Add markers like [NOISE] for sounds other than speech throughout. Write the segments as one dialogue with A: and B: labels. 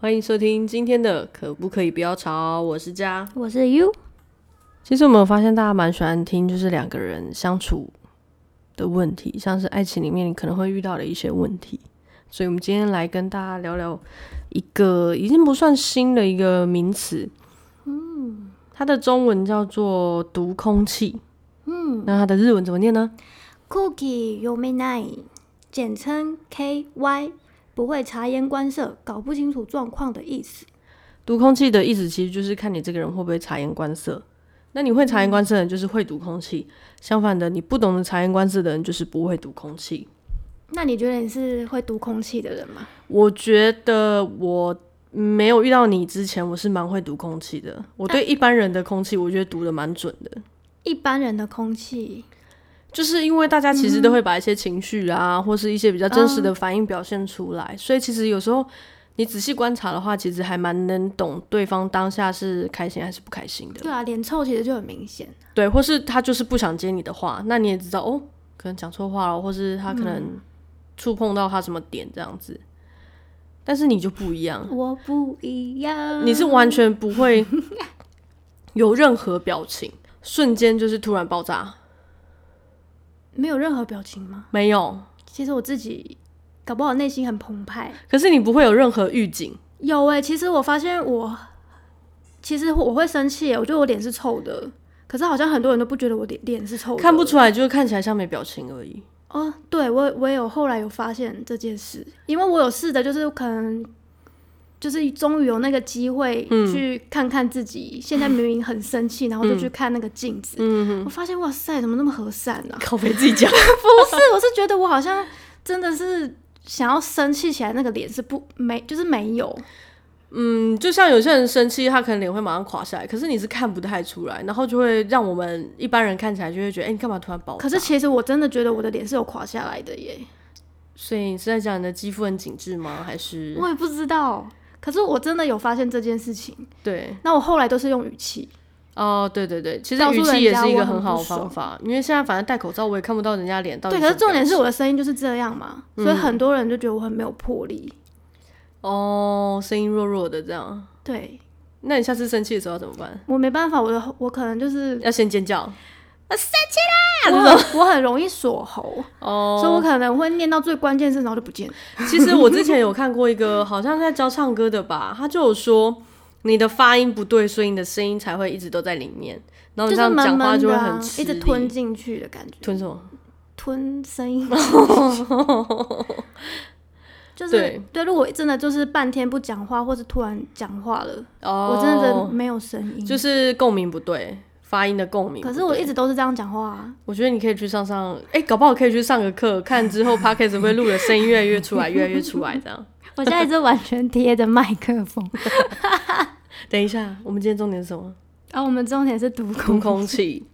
A: 欢迎收听今天的《可不可以不要吵》，我是佳。
B: 我是 U，
A: 其实我们发现大家蛮喜欢听，就是两个人相处的问题，像是爱情里面你可能会遇到的一些问题。所以，我们今天来跟大家聊聊一个已经不算新的一个名词，嗯，它的中文叫做“读空气”，嗯，那它的日文怎么念呢？
B: Cookie Yominai，简称 KY，不会察言观色，搞不清楚状况的意思。
A: 读空气的意思其实就是看你这个人会不会察言观色。那你会察言观色的人就是会读空气，相反的，你不懂得察言观色的人就是不会读空气。
B: 那你觉得你是会读空气的人吗？
A: 我觉得我没有遇到你之前，我是蛮会读空气的。我对一般人的空气，我觉得读的蛮准的。
B: 一般人的空气，
A: 就是因为大家其实都会把一些情绪啊，或是一些比较真实的反应表现出来，所以其实有时候你仔细观察的话，其实还蛮能懂对方当下是开心还是不开心的。
B: 对啊，脸臭其实就很明显。
A: 对，或是他就是不想接你的话，那你也知道哦，可能讲错话了，或是他可能触碰到他什么点这样子。但是你就不一样，
B: 我不一样，
A: 你是完全不会有任何表情，瞬间就是突然爆炸，
B: 没有任何表情吗？
A: 没有。
B: 其实我自己搞不好内心很澎湃。
A: 可是你不会有任何预警，
B: 有哎、其实我发现我，其实我会生气耶，欸我觉得我脸是臭的。可是好像很多人都不觉得我脸脸是臭的，
A: 看不出来，就是看起来像没表情而已。
B: 哦，对我我也有后来有发现这件事，因为我有试着就是可能就是终于有那个机会去看看自己，现在明明很生气，然后就去看那个镜子，我发现哇塞，怎么那么和善啊？
A: 靠背自己讲，
B: 不是， [LAUGHS] 我是觉得我好像真的是想要生气起来，那个脸是不没就是没有，
A: 嗯，就像有些人生气，他可能脸会马上垮下来，可是你是看不太出来，然后就会让我们一般人看起来就会觉得，哎、你干嘛突然爆炸？
B: 可是其实我真的觉得我的脸是有垮下来的耶，
A: 所以你是在讲你的肌肤很紧致吗？还是
B: 我也不知道，可是我真的有发现这件事情，
A: 对？
B: 那我后来都是用语气。
A: 哦，对对对，其实
B: 告诉
A: 语气
B: 人
A: 也
B: 家
A: 是一
B: 我
A: 个
B: 很
A: 很好
B: 不
A: 的方
B: 爽
A: 法，因为现在反正戴口罩，我也看不到人家脸到底
B: 对，
A: 什
B: 可
A: 么表嗯
B: 是
A: 情。
B: 重点是我的声音就是这样嘛，所以很多人就觉得我很没有魄力。
A: 哦，声音弱弱的这样。
B: 对
A: 那你下次生气的时候要怎么办？
B: 我没办法，我的我可能就是
A: 要先尖叫
B: 我很我很容易锁喉，所以
A: 哦。
B: 我可能会念到最关键字，然后就不见了。
A: 其实我之前有看过一个，好像在教唱歌的吧，他就有说你的发音不对，所以你的声音才会一直都在里面，然后
B: 就
A: 你这
B: 是
A: 样
B: 闷
A: 讲话
B: 闷
A: 就会
B: 的、啊
A: 很，吃
B: 一直
A: 力
B: 吞进去的感觉，
A: 吞什么？ [LAUGHS]
B: 吞声音。就是
A: 对
B: 如果真的就是半天不讲话，或是突然讲话了，
A: 哦，
B: 我真的没有声音。
A: 就是共鸣不对，发音的共鸣不
B: 可
A: 对。
B: 是我一直都是这样讲
A: [LAUGHS]
B: 话啊，
A: 我觉得你可以去上上，哎、搞不好可以去上个课，看之 [LAUGHS] 后 podcast 会不会录的声音越来越出来，越来越出来这样。
B: 我现在是完全贴着麦克风。
A: [LAUGHS] 等一下，我们今天重点是什么？
B: 然后啊我们重点是读
A: [LAUGHS] 空
B: 空
A: 空气。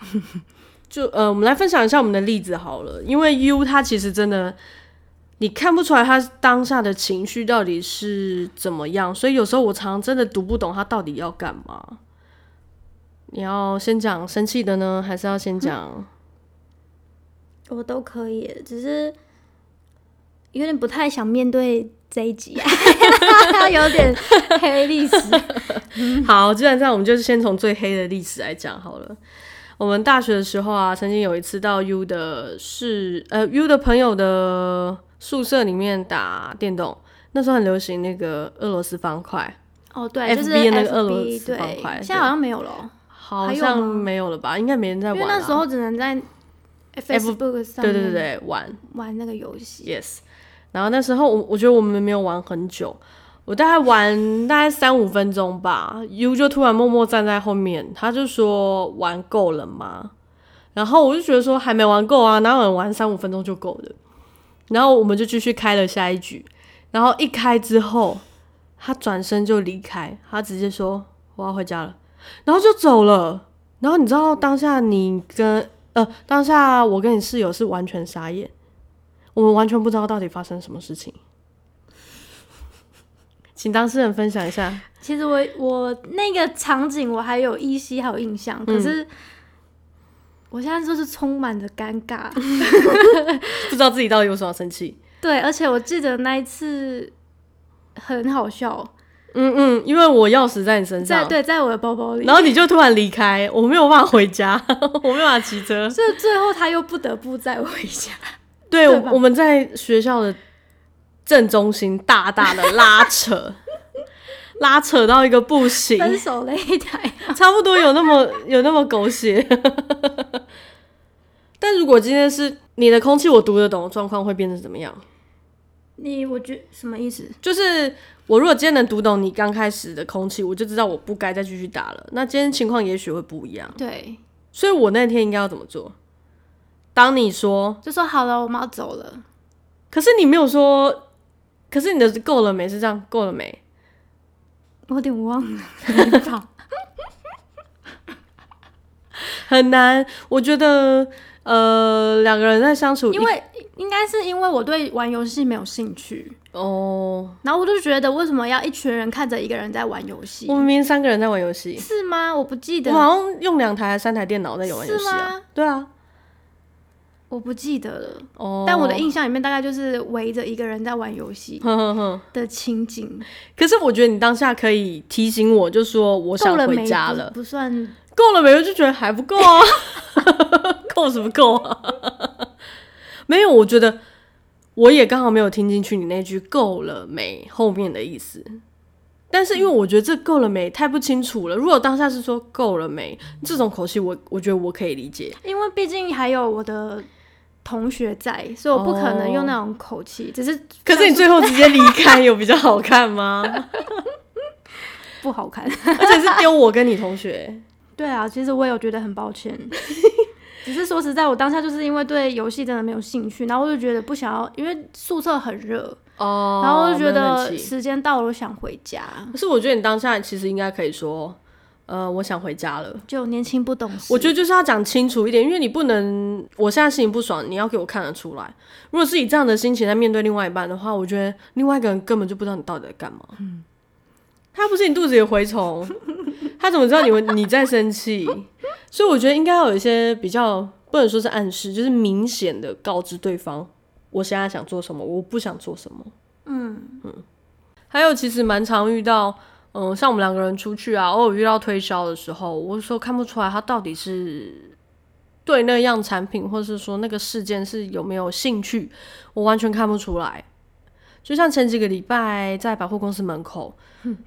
A: [LAUGHS] 就呃，我们来分享一下我们的例子好了，因为 U 他其实真的，你看不出来他当下的情绪到底是怎么样，所以有时候我常常真的读不懂他到底要干嘛。你要先讲生气的呢，还是要先讲？
B: 我都可以，只是有点不太想面对这一集、啊， [LAUGHS] 有点黑历史。 [LAUGHS]
A: [LAUGHS] 好，既然这样，我们就先从最黑的历史来讲好了。我们大学的时候啊，曾经有一次到 U 的是呃 U 的朋友的宿舍里面打电动，那时候很流行那个俄罗斯方块，
B: 哦，对，就是
A: FB 那
B: FB
A: 个俄罗斯
B: 对
A: 方块，
B: 现在好像没有了哦，
A: 好
B: 还有
A: 像
B: 吗
A: 没有了吧？应该没人在
B: 因
A: 玩
B: 为
A: 了、
B: 那时候只能在 Facebook 上
A: 对对对
B: 面
A: 对玩
B: 玩那个游戏。
A: yes。然后那时候我我觉得我们没有玩很久，我大概玩大概三五分钟吧，U 就突然默默站在后面，他就说玩够了吗？然后我就觉得说还没玩够啊，哪有人玩三五分钟就够的？然后我们就继续开了下一局，然后一开之后，他转身就离开，他直接说我要回家了，然后就走了。然后你知道当下你跟呃当下我跟你室友是完全傻眼，我们完全不知道到底发生什么事情。请当事人分享一下。
B: 其实我我那个场景我还有依稀还有印象，
A: 嗯
B: 可是我现在就是充满着尴尬。 [LAUGHS]
A: 不知道自己到底为什么要生气。
B: 对，而且我记得那一次，很好笑，
A: 嗯嗯，因为我钥匙在你身
B: 在
A: 上，
B: 对，在我的包包里
A: 然。后你就突然离开，我没有办法回家， [LAUGHS] 我没有办法骑车。
B: 这最后他又不得不再回家，
A: 对，
B: 对吧
A: 我们在学校的正中心大大的拉扯， [LAUGHS] 拉扯到一个不行，
B: 分手擂台。
A: 差不多有那 [LAUGHS] 么有那么狗血。 [LAUGHS] 但如果今天是你的空气我读得懂的状况，会变成怎么样？
B: 你我觉什么意思？
A: 就是我如果今天能读懂你刚开始的空气，我就知道我不该再继续打了。那今天情况也许会不一样，
B: 对，
A: 所以我那天应该要怎么做？当你说，
B: 就说好了，我们要走了。
A: 可是你没有说，可是你的够了没？是这样够了没？
B: 我有点忘了， [LAUGHS] 好
A: 很难。我觉得，呃，两个人在相处一，
B: 因为应该是因为我对玩游戏没有兴趣，
A: 哦，
B: 然后我就觉得为什么要一群人看着一个人在玩游戏
A: 我？们明明三个人在玩游戏，
B: 是吗？我不记
A: 我
B: 得，
A: 好像用两台还是三台电脑在玩游戏
B: 是
A: 啊
B: 吗。
A: 对啊，
B: 我不记得了。
A: 哦，
B: 但我的印象里面大概就是围着一个人在玩游戏
A: 哼哼哼。
B: 的情景。
A: 可是我觉得你当下可以提醒我，就说我想
B: 够了没？
A: 回家
B: 不
A: 了，
B: 不算
A: 够了没？我就觉得还不够啊， [LAUGHS] 够什么够啊？ [LAUGHS] 没有，我觉得我也刚好没有听进去你那句“够了没”后面的意思。但是因为我觉得这够了没太不清楚了。如果当下是说够了没这种口气我，我觉得我可以理解。
B: 因为毕竟还有我的同学在，所以我不可能用那种口气，只是
A: [LAUGHS] 可是你最后直接离开，有比较好看 [LAUGHS] 吗？
B: 不好看。
A: 而且是丢我跟你同学。
B: [LAUGHS] 对啊，其实我也有觉得很抱 [LAUGHS] 歉，只是说实在，我当下就是因为对游戏真的没有兴趣，然后我就觉得不想要，因为宿舍很热，
A: 哦
B: 然后我就觉
A: 没有冷气
B: 得时间到了，我想回家。
A: 可是我觉得你当下其实应该可以说，呃，我想回家了。
B: 就年轻不懂事，
A: 我觉得就是要讲清楚一点，因为你不能，我现在心情不爽，你要给我看得出来。如果是以这样的心情在面对另外一半的话，我觉得另外一个人根本就不知道你到底在干嘛。他不是你肚子里的蛔虫，他怎么知道你会你在生气？所以我觉得应该要有一些比较，不能说是暗示，就是明显的告知对方，我现在想做什么，我不想做什么。
B: 嗯，
A: 还有其实蛮常遇到，嗯、像我们两个人出去啊，偶尔遇到推销的时候，我有时候看不出来他到底是对那样产品，或是说那个事件是有没有兴趣，我完全看不出来。就像前几个礼拜在百货公司门口，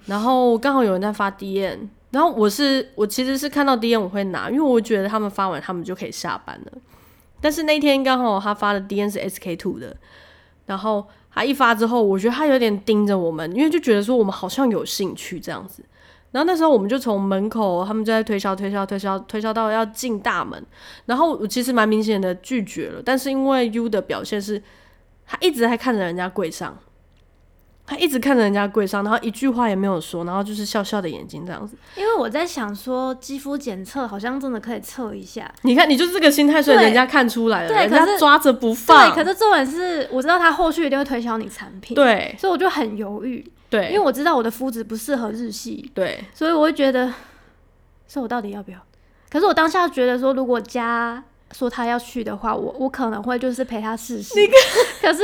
A: 然后刚好有人在发 D N，然后我是我其实是看到 D N 我会拿，因为我觉得他们发完他们就可以下班了。但是那天刚好他发的 D N 是 S K two 的，然后他一发之后，我觉得他有点盯着我们，因为就觉得说我们好像有兴趣这样子。然后那时候我们就从门口，他们就在推销、推销、推销、推销到要进大门。然后我其实蛮明显的拒绝了，但是因为 U 的表现是，他一直在看着人家柜上，他一直看着人家柜上，然后一句话也没有说，然后就是笑笑的眼睛这样子。
B: 因为我在想说肌肤检测好像真的可以测一下，
A: 你看，你就是这个心态，所以
B: 对
A: 人家看出来了，
B: 对
A: 人
B: 可是
A: 家抓着不
B: 对，
A: 放。
B: 可是重点是我知道他后续一定会推销你产品，，
A: 对
B: 所以我就很犹豫，因为
A: 对
B: 我知道我的肤质不适合日系，
A: 对， [LAUGHS]
B: 所以我会觉得，说我到底要不要？可是我当下觉得说，如果家说他要去的话，我我可能会就是陪他试试。可是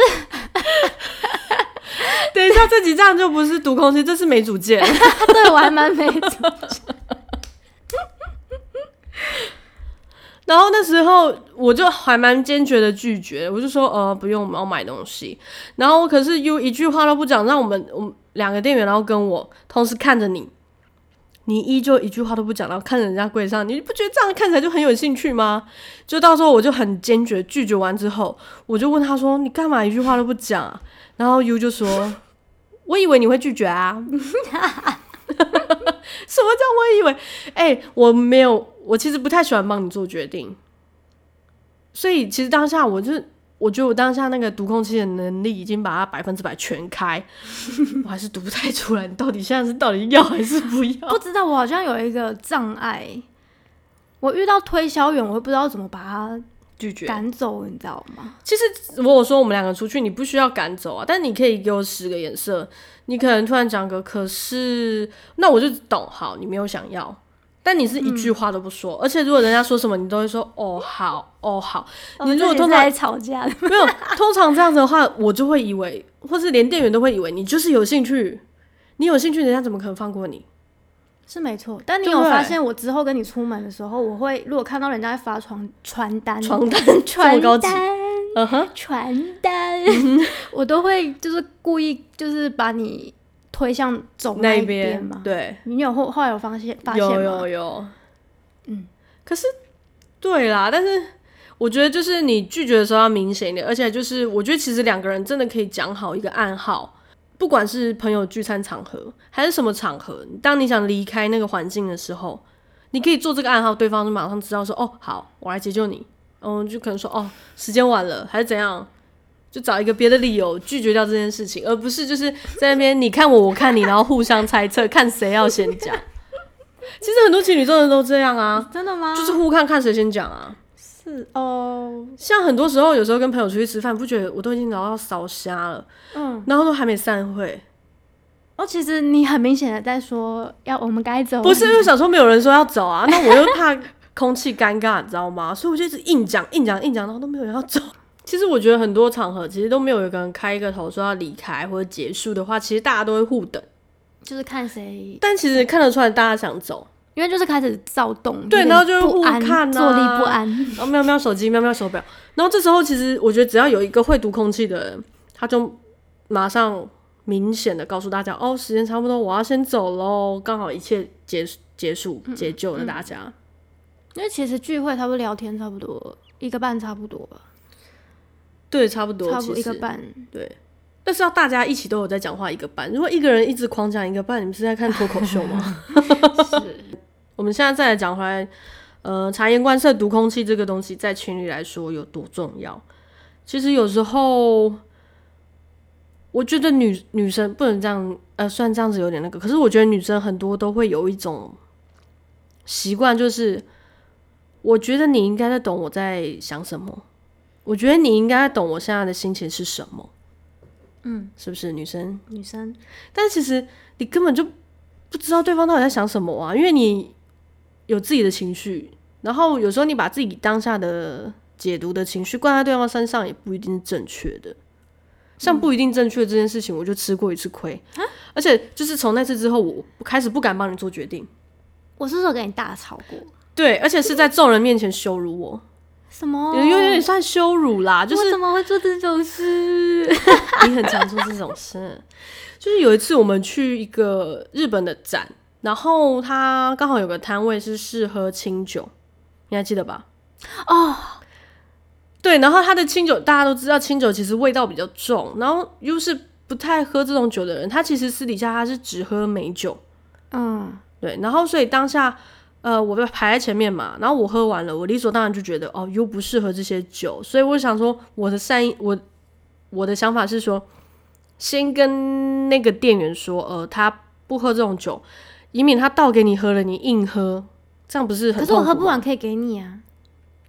A: 等一下这几张就不是读空气，这是没主见。
B: 他对我还蛮没 [LAUGHS] 主见，
A: 然后那时候我就还蛮坚决的拒绝，我就说呃不用，我们要买东西。然后可是 U 一句话都不讲，让我们我们两个店员，然后跟我同时看着你，你依旧一句话都不讲，然后看着人家柜上，你不觉得这样看起来就很有兴趣吗？就到时候我就很坚决拒绝完之后，我就问他说你干嘛一句话都不讲啊？然后 U 就说我以为你会拒绝啊。什么叫我以为？哎、我没有，我其实不太喜欢帮你做决定，所以其实当下我就是，我觉得我当下那个读空气的能力已经把它百分之百全开，我还是读不太出来，你到底现在是到底要还是不要？
B: 不知道我好像有一个障碍，我遇到推销员，我会不知道怎么把他
A: 拒绝。
B: 赶走，你知道吗？
A: 其实如果说我们两个出去，你不需要赶走啊，但你可以给我十个颜色，你可能突然讲个，可是那我就懂，好，你没有想要，但你是一句话都不说，而且如果人家说什么，你都会说哦好哦好。
B: 哦
A: 你如
B: 这
A: 果
B: 也是
A: 通
B: 在
A: 常
B: 吵架的，
A: 没有，通常这样子的话，我就会以为，或是连店员都会以为你就是有兴趣，你有兴趣，人家怎么可能放过你？
B: [LAUGHS] 是没错。但你
A: 对
B: 有
A: 不对
B: 发现，我之后跟你出门的时候，我会如果看到人家在发传传单、
A: 床单这
B: 传
A: 么高级，
B: 单、
A: 嗯哼，
B: 传单，
A: 嗯
B: [LAUGHS] 我都会就是故意就是把你推向走
A: 那
B: 一
A: 一边
B: 嘛。
A: 对，
B: 你有后后来有发现发现吗？
A: 有有有，
B: 嗯，
A: 可是对啦，但是我觉得就是你拒绝的时候要明显一点，而且就是我觉得其实两个人真的可以讲好一个暗号，不管是朋友聚餐场合还是什么场合，当你想离开那个环境的时候，你可以做这个暗号，对方就马上知道说哦，好，我来解救你，嗯，就可能说哦，时间晚了还是怎样。就找一个别的理由拒绝掉这件事情，而不是就是在那边你看我我看你，然后互相猜测看谁要先讲。其实很多情侣真的都这样啊，
B: 真的吗？
A: 就是互看看谁先讲啊。
B: 是哦，
A: 像很多时候，有时候跟朋友出去吃饭，不觉得我都已经聊到烧瞎了，
B: 嗯，
A: 然后都还没散会，
B: 哦，其实你很明显的在说要我们该走了，
A: 不是因为想说没有人说要走啊，那我又 [LAUGHS] 怕空气尴尬，你知道吗？所以我就一直硬讲、硬讲、硬讲，然后都没有人要走。 [LAUGHS] 其实我觉得很多场合其实都没有有个人开一个头说要离开或者结束的话，其实大家都会互等，
B: 就是看谁，
A: 但其实看得出来大家想走。
B: 因为就是开始躁动，
A: 对
B: 有点
A: 然后就
B: 不安
A: 互看啊
B: 坐立不安，
A: 然后喵喵手机，喵喵手表。然后这时候其实我觉得只要有一个会读空气的人，他就马上明显的告诉大家，哦，时间差不多，我要先走喽，刚好一切结结束解救了大家。
B: 因为其实聚会差不多聊天差不多一个半差不多吧，
A: 对，差不多，
B: 差不多
A: 其
B: 一
A: 实 [LAUGHS]
B: 个半，
A: 对。但是要大家一起都有在讲话一个半，如果一个人一直狂讲一个半，你们是在看脱口秀吗？
B: 是
A: 我们现在再来讲回来，呃，察言观色、读空气这个东西，在情侣来说有多重要？其实有时候，我觉得女女生不能这样，呃，虽然这样子有点那个，可是我觉得女生很多都会有一种习惯，就是我觉得你应该在懂我在想什么，我觉得你应该懂我现在的心情是什么，
B: 嗯，
A: 是不是女生？
B: 女生
A: 但其实你根本就不知道对方到底在想什么啊，因为你有自己的情绪，然后有时候你把自己当下的解读的情绪灌在对方身上，也不一定是正确的。像不一定正确这件事情，我就吃过一次亏，而且就是从那次之后，我开始不敢帮你做决定，
B: 我是不是有跟你大吵过？
A: 对，而且是在众人面前羞辱我，
B: 什么？
A: 有有点算羞辱啦，就是
B: 我怎么会做这种事？
A: [LAUGHS] 你很常做这种事。就是有一次我们去一个日本的展，然后它刚好有个摊位是试喝清酒，你还记得吧？
B: 哦，
A: 对，然后它的清酒大家都知道，清酒其实味道比较重，然后又是不太喝这种酒的人，他其实私底下他是只喝美酒，
B: 嗯，
A: 对，然后所以当下，呃，我被排在前面嘛，然后我喝完了，我理所当然就觉得哦，又不适合这些酒，所以我想说，我的善意，我我的想法是说，先跟那个店员说，呃，他不喝这种酒，以免他倒给你喝了，你硬喝，这样不是很
B: 可是我
A: 痛苦
B: 喝不
A: 吗
B: 完可以给你啊。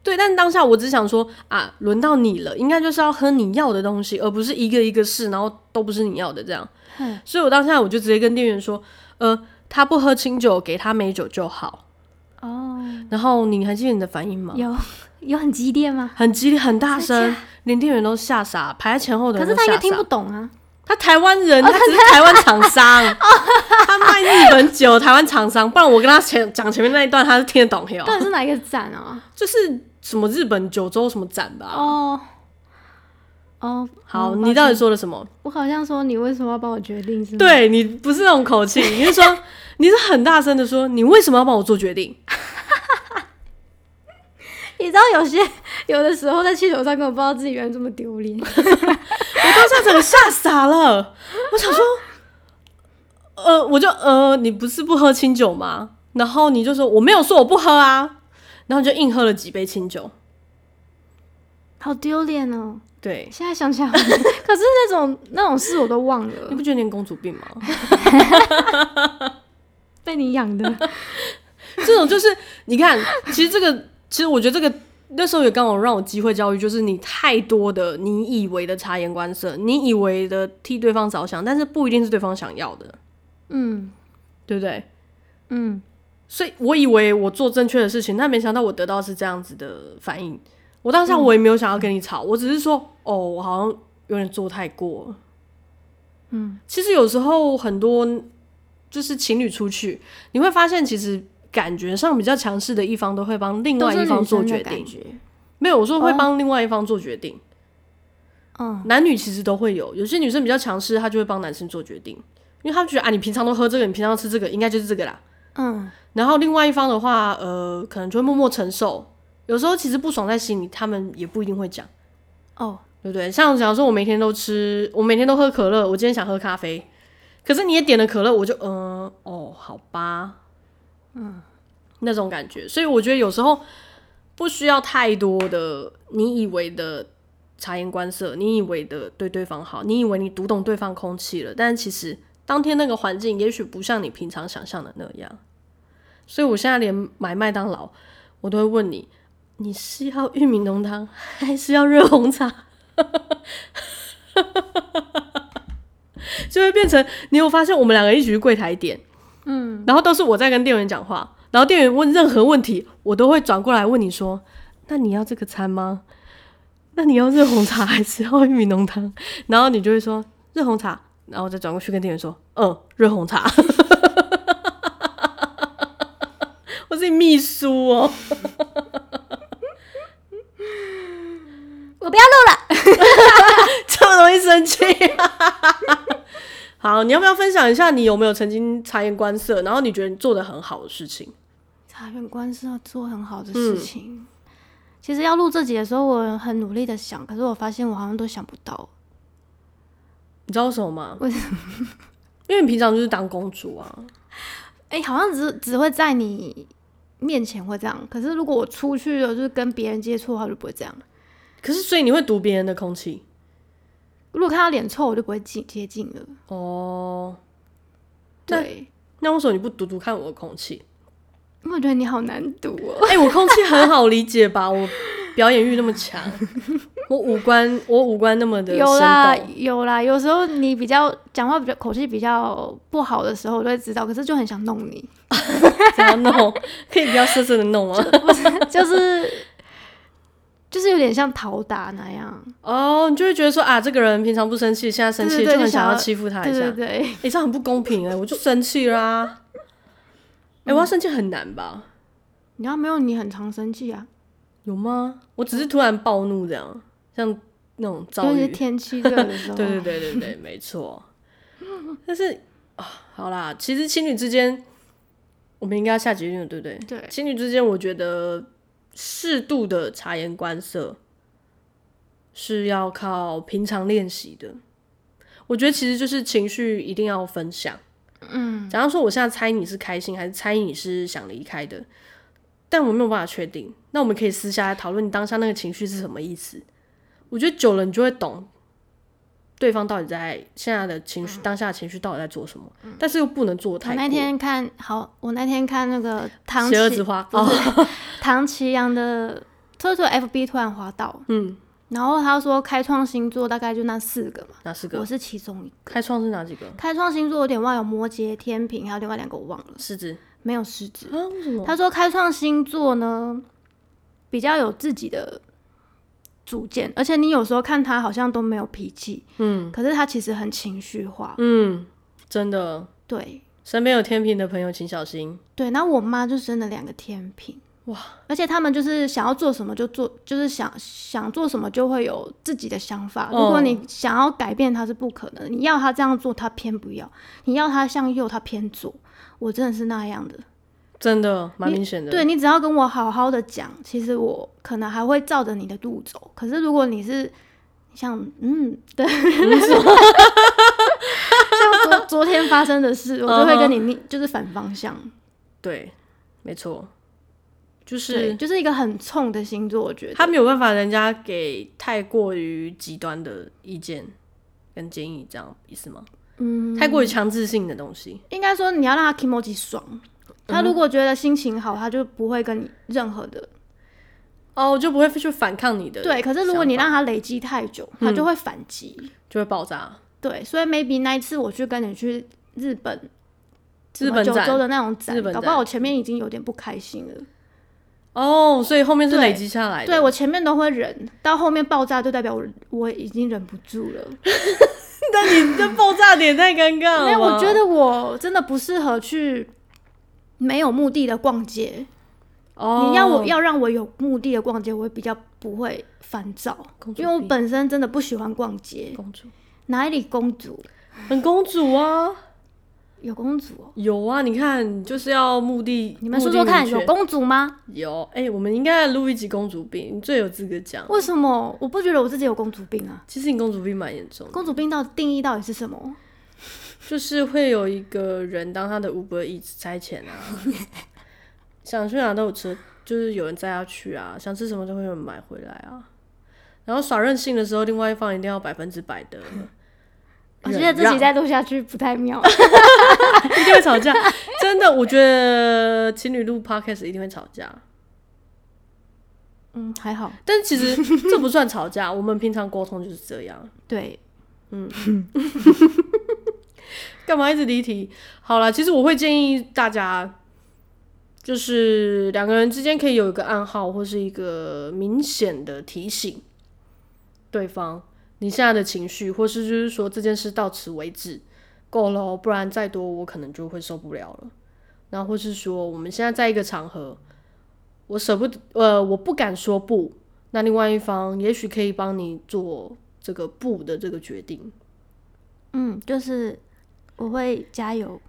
A: 对，但当下我只想说啊，轮到你了，应该就是要喝你要的东西，而不是一个一个试，然后都不是你要的这样
B: 嗯。
A: 所以我当下我就直接跟店员说，呃，他不喝清酒，给他美酒就好。
B: 哦，
A: 然后你还记得你的反应吗？
B: 有有很激烈吗？
A: 很激烈，很大
B: 真的
A: 声，连店员都吓傻，排在前后的
B: 可
A: 人
B: 是
A: 都
B: 他
A: 吓
B: 应
A: 傻。
B: 该听不哦懂啊。
A: 他台湾人，他只是台湾厂
B: [LAUGHS]
A: 商，
B: 哦
A: 他卖日本酒，台湾厂商。不然我跟他前讲前面那一段，他是听得懂的哦。
B: 到底是哪一个展啊？
A: 就是什么日本九州什么展吧。
B: 哦哦，
A: 好，
B: 嗯
A: 你到底说了什么？
B: 我好像说你为什么要帮我决定是吗？，
A: 对你不是那种口气，你是说你是很大声的说，你为什么要帮我做决定？
B: 你知道有些有的时候在气头上，根本不知道自己原来这么丢脸。
A: 我当下整个吓傻了，我想说，呃，我就呃，你不是不喝清酒吗？然后你就说我没有说我不喝啊，然后你就硬喝了几杯清酒。
B: [LAUGHS] 好丢脸哦！
A: 对，
B: 现在想 [LAUGHS] 起来好，可是那种那种事我都忘
A: 你
B: 了，
A: 不觉得你很公主病吗？
B: 被你养的。
A: 这种就是你看，其实这个，其实我觉得这个那时候也刚好让我机会教育，就是你太多的你以为的察言观色，你以为的替对方着想，但是不一定是对方想要的，
B: [LAUGHS] 嗯
A: 对不对？
B: 嗯，
A: 所以我以为我做正确的事情，但没想到我得到是这样子的反应。我当下我也没有想要跟你吵，我只是说，哦，我好像有点做太过了。
B: 嗯，
A: 其实有时候很多就是情侣出去，你会发现，其实感觉上比较强势的一方都会帮另
B: 都
A: 外
B: 是
A: 一
B: 女
A: 方做
B: 生
A: 决
B: 的感
A: 定，
B: 觉。
A: 没有我说会
B: 哦
A: 帮另外一方做决定，
B: 嗯，
A: 哦男女其实都会有，有些女生比较强势，她就会帮男生做决定，因为她觉得啊，你平常都喝这个，你平常吃这个，应该就是这个啦。
B: 嗯，
A: 然后另外一方的话，呃，可能就会默默承受。有时候其实不爽在心里，他们也不一定会讲，
B: 哦，
A: 对不对？像假如说我每天都吃，我每天都喝可乐，我今天想喝咖啡，可是你也点了可乐，我就嗯、哦，好吧，嗯，那种感觉。所以我觉得有时候不需要太多的你以为的察言观色，你以为的对对方好，你以为你读懂对方空气了，但其实当天那个环境也许不像你平常想象的那样。所以我现在连买麦当劳，我都会问你，你是要玉米浓汤还是要热红茶？就会变成你有发现我们两个一起去柜台点，
B: 嗯，
A: 然后都是我在跟店员讲话，然后店员问任何问题，我都会转过来问你说：“那你要这个餐吗？那你要热红茶还是要玉米浓汤？” [LAUGHS] 然后你就会说热红茶，然后我再转过去跟店员说：“嗯，热红茶。” [LAUGHS] 我是你秘书哦， [LAUGHS]
B: 我不要录了。
A: 这么容易生气、 [LAUGHS] 好，你要不要分享一下你有没有曾经察言观色，然后你觉得你做的很好的事情？
B: 察言观色做很好的事情。其实要录这集的时候，我很努力的想，可是我发现我好像都想不到。
A: 你知道为什么吗？
B: 为什
A: 么？因为你平常就是当公主啊。
B: 哎、好像只只会在你面前会这样，可是如果我出去了，就是跟别人接触的话，我就不会这样。
A: 可是，所以你会读别人的空气
B: 如果看到脸臭，我就不会近接近了。
A: 哦。那
B: 对，
A: 那为什么你不读读看我的空气？
B: 因为我觉得你好难读哦。
A: 哎、我空气很好理解吧？ [LAUGHS] 我表演欲那么强，我五官我五官那么的
B: 有啦
A: 生动
B: 有啦，有时候你比较讲话比较口气比较不好的时候，我都会知道，可是就很想弄
A: [LAUGHS]
B: 你，
A: 怎样弄？可以不要色色的弄
B: [LAUGHS]
A: 吗？
B: 就是就是有点像讨打那样。
A: 哦，你就会觉得说啊，这个人平常不生气，现在生气
B: 对对对
A: 就很
B: 就想
A: 想
B: 要
A: 要欺负他一
B: 对
A: 下。
B: 对对，
A: 哎、这样很不公平哎、我就生气啦、哎、我要生气很难吧？
B: 你要没有你很常生气啊，
A: 有吗？我只是突然暴怒这样，像那种遭
B: 尤其是
A: 遇。
B: 天气热的时
A: [LAUGHS]
B: 候。
A: 对对对对对，没错。但是啊，好啦，其实情侣之间，我们应该要下结论了，对不对？
B: 对
A: 情侣之间，我觉得适度的察言观色是要靠平常练习的。我觉得其实就是情绪一定要分享。
B: 嗯，
A: 假如说我现在猜你是开心还是猜你是想离开的，但我没有办法确定。那我们可以私下来讨论你当下那个情绪是什么意思。我觉得久了你就会懂对方到底在现在的情绪、当下的情绪到底在做什么，但是又不能做
B: 嗯我
A: 太过。
B: 那天看好，我那天看那个唐
A: 邪恶之
B: 奇
A: 花
B: 不
A: 哦，
B: 是、唐奇阳的，突然 FB 突然滑到，
A: 嗯，
B: 然后他说开创星座大概就那四个嘛，
A: 哪四
B: 我
A: 个？
B: 是其中一个。
A: 开创是哪几个？
B: 开创星座有点忘了，有摩羯、天平，还有另外两个我忘了，
A: 狮子
B: 没有狮子。
A: 啊？为什么？
B: 他说开创星座呢，比较有自己的主见，而且你有时候看他好像都没有脾气，
A: 嗯
B: 可是他其实很情绪化。
A: 嗯，真的，
B: 对
A: 身边有天平的朋友请小心。
B: 对，那我妈就生了两个天平，
A: 哇！
B: 而且他们就是想要做什么就做，就是想想做什么就会有自己的想法。如果
A: 哦
B: 你想要改变他是不可能的，你要他这样做，他偏不要；你要他向右，他偏左。我真的是那样的。
A: 真的蛮明显的，
B: 对你只要跟我好好的讲，其实我可能还会照着你的路走。可是如果你是像嗯对， [LAUGHS] 像昨昨天发生的事，我
A: 嗯
B: 就会跟你逆，就是反方向。
A: 对，没错，就
B: 对，
A: 是
B: 就是一个很冲的星座，我觉
A: 他
B: 得。
A: 没有办法人家给太过于极端的意见跟建议，这样意思吗？
B: 嗯，
A: 太过于强制性的东西，
B: 应该说你要让他 i m o j i
A: 嗯
B: 爽。他如果觉得心情好，他就不会跟你任何的
A: 哦，我就不会去反抗你的想法，嗯
B: 对。可是如果你让他累积太久，他就会反击。
A: 就会爆炸。
B: 对，所以 maybe 那一次我去跟你去日本什
A: 日
B: 么
A: 本
B: 九
A: 展
B: 州的那种展
A: 日，本
B: 搞不好
A: 展
B: 我前面已经有点不开心了。
A: 哦，所以后面是
B: 对
A: 累积下来的。 [LAUGHS]
B: 对我前面都会忍，到后面爆炸就代表我我已经忍不住了，
A: 嗯但你这爆炸点太尴尬了。
B: 因为我觉，得我真的不适合去没有目的的逛街。
A: 哦，
B: 你要我要让我有目的的逛街，我会比较不会烦躁，
A: 公主
B: 因为我
A: 病
B: 本身真的不喜欢逛街。
A: 公主，
B: 哪里公主
A: 很公主啊，
B: 有公主、哦？
A: 有啊，你看就是要目的，
B: 你们说说看，有
A: 公
B: 公主吗？
A: 有哎、我们应该来录一集公主病，你最有资格讲。
B: 为什么我不觉得我自己有公主病啊？
A: 其实你公主病蛮严重的，
B: 公主病到底定义到底是什么？
A: 就是会有一个人当他的 Uber Eats 差遣
B: [LAUGHS]
A: 啊，想去哪都有车，就是有人载他去啊，想吃什么都会有人买回来啊。然后耍任性的时候，另外一方一定要百分之百的
B: 我
A: 忍让，
B: 觉得自己再录下去不太
A: [LAUGHS]
B: 妙。
A: 一定会吵
B: [LAUGHS]
A: 架。真的，我觉得情侣录 podcast 一定会吵架，
B: 嗯，还好，
A: 但其实这不算吵架，我们平常沟通就是这样。
B: 对，
A: [LAUGHS] 干嘛一直离题？好啦，其实我会建议大家，就是两个人之间可以有一个暗号或是一个明显的提醒对方你现在的情绪，或是就是说这件事到此为止，够了哦，不然再多我可能就会受不了了。然后或是说我们现在在一个场合，我舍不得，呃，我不敢说不，那另外一方也许可以帮你做这个不的这个决定。
B: 嗯，就是我会
A: [LAUGHS]
B: 加油，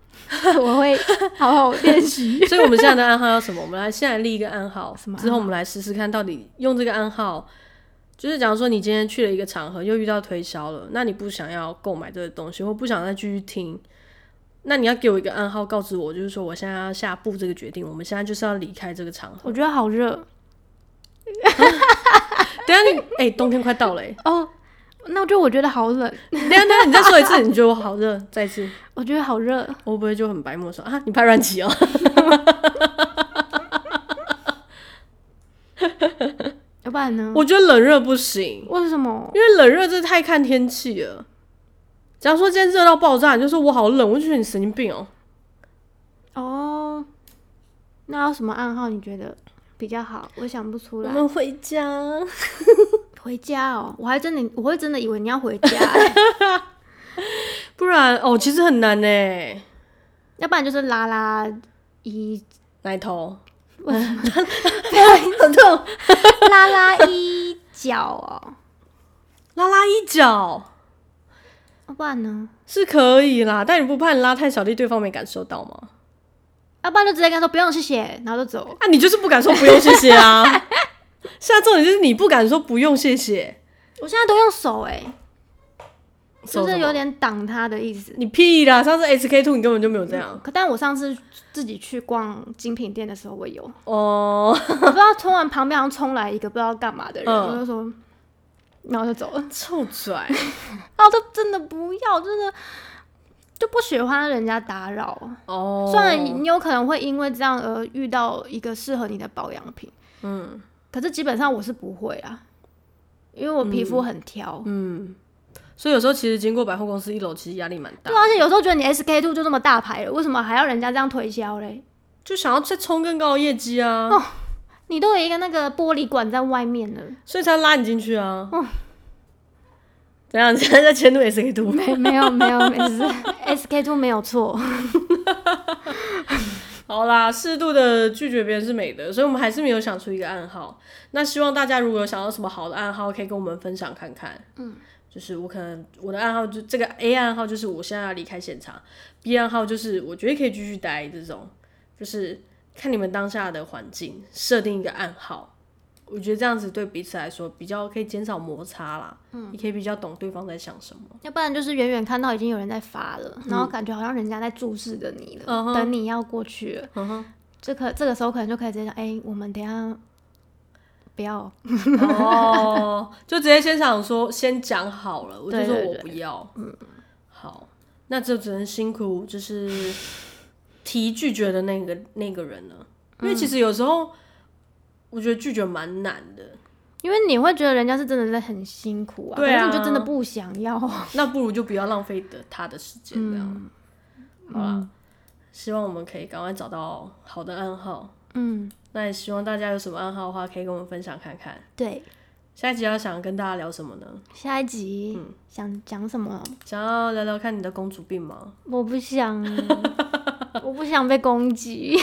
B: 我会好好练习。
A: 所以我们现在的暗号要什么？我们来现在立一个暗号
B: 什么暗，号
A: 之后我们来试试看到底用这个暗号，就是假如说你今天去了一个场合，又遇到推销了，那你不想要购买这个东西，或不想再继续听，那你要给我一个暗号，告知我，就是说我现在要下步这个决定，我们现在就是要离开这个
B: [LAUGHS]
A: 场合
B: 我。觉得好热
A: 等一下你，哎、冬天快到了、欸，
B: 哦，那就我觉得好冷，
A: 等一下等一下，你再说一次，你觉得我好热？再一次，
B: 我觉得好热。
A: 我会不会就很白目说啊，你拍软体哦？ [LAUGHS]
B: 要不然呢？
A: 我觉得冷热不行，
B: 为什么？
A: 因为冷热这太看天气了。假如说今天热到爆炸，你就说我好冷，我就觉得你神经病哦、
B: 哦，那有什么暗号你觉得比较好？我想不出来。
A: 回家，
B: 回家哦，我还真的，我会真的以为你要回 [LAUGHS] 家、
A: 不然哦，其实很难欸呢。
B: 要不然就是拉拉一，
A: 奶头， [LAUGHS]
B: 为什么
A: 很痛，
B: 拉拉一脚哦，
A: 拉拉一脚
B: 要不然呢？
A: 是可以啦，但你不怕你拉太小力，对方没感受到吗？
B: 要不然就直接跟他说不用谢谢，然后就走。
A: 啊，你就是不敢说不用谢谢 [LAUGHS] 啊。现在重点就是你不敢说不用谢谢，
B: 我现在都用手哎、
A: 手
B: 就是
A: 什么
B: 有点挡他的意思。
A: 你屁啦！上次 SK two 你根本就没有这样
B: 可但我上次自己去逛精品店的时候，我有，
A: 哦。
B: 我不知道突然旁边好像冲来一个不知道干嘛的人，
A: 嗯
B: 我就说，然后就走了。
A: 臭 [LAUGHS] 拽，
B: 然后就真的不要，真的就不喜欢人家打扰。
A: 哦，
B: 虽然你有可能会因为这样而遇到一个适合你的保养品，
A: 嗯
B: 可是基本上我是不会啦，因为我皮肤很挑。
A: 嗯，所以有时候其实经过百货公司一楼，其实压力蛮大
B: 对啊，而且有时候觉得你 SK two 就这么大牌了，为什么还要人家这样推销嘞？
A: 就想要再冲更高的业绩啊，
B: 哦你都有一个那个玻璃管在外面了，
A: 所以才拉你进去啊。
B: 哦
A: 怎样？你 [LAUGHS] 现在在迁怒 SK two？
B: [LAUGHS] 没没有没有没 [LAUGHS] 事，SK two 没有错，
A: 好啦，适度的拒绝别人是美的，所以我们还是没有想出一个暗号。那希望大家如果有想到什么好的暗号，可以跟我们分享看看。嗯，就是我可能我的暗号就这个 A 暗号就是我现在要离开现场，B 暗号就是我觉得可以继续待这种，就是看你们当下的环境，设定一个暗号。我觉得这样子对彼此来说比较可以减少摩擦啦，嗯，也可以比较懂对方在想什么。
B: 要不然就是远远看到已经有人在发了，然后感觉好像人家在注视着你了，
A: 嗯哼
B: 等你要过去了。
A: 嗯哼，
B: 这可这个时候可能就可以直接讲，哎、我们等一下不要，
A: 哦，就直接先想说，先讲好了，我就
B: 对
A: 说
B: 对
A: 我不要。嗯，好，那就只能辛苦就是提拒绝的那个那个人了，因为
B: 嗯
A: 其实有时候我觉得拒绝蛮难的，
B: 因为你会觉得人家是真的在很辛苦啊，
A: 对啊
B: 可是你就真的
A: [LAUGHS]
B: 不想要。嗯
A: 那不如就不要浪费的他的时间这样。好啦，希望我们可以赶快找到好的暗号。
B: 嗯，
A: 那也希望大家有什么暗号的话，可以跟我们分享看看。
B: 对。
A: 下一集要想跟大家聊什么呢？
B: 下一集、想讲什么？
A: 想要聊聊看你的公主病吗？
B: [LAUGHS] 我
A: [LAUGHS]
B: 不想，我不想被攻击。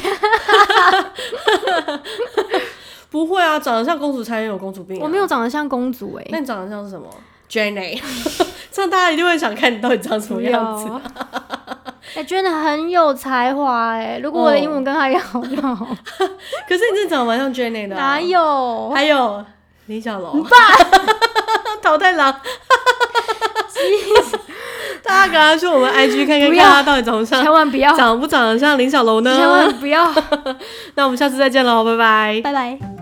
A: 不会啊，长得像公主才能有公主病、啊。
B: 我没有，长得像公主哎、
A: 那你长得像是什么？Jenny，这 [LAUGHS] 样大家一定会想看你到底长什么样子。
B: 哎、觉得很有才华哎、如果我的英文跟他一样好就好，
A: 可是你真的长得蛮像 Jenny 的、啊。
B: 哪？有？
A: 还有李小龙， [LAUGHS] 淘汰狼。大家赶快去我们 IG 看看，看
B: 不要
A: 他到底长不像
B: 千，
A: [LAUGHS]
B: 万不要，
A: 长不长得像林小龙呢？
B: 千万不要， [LAUGHS]
A: 那我们下次再见喽，拜拜。
B: 拜拜。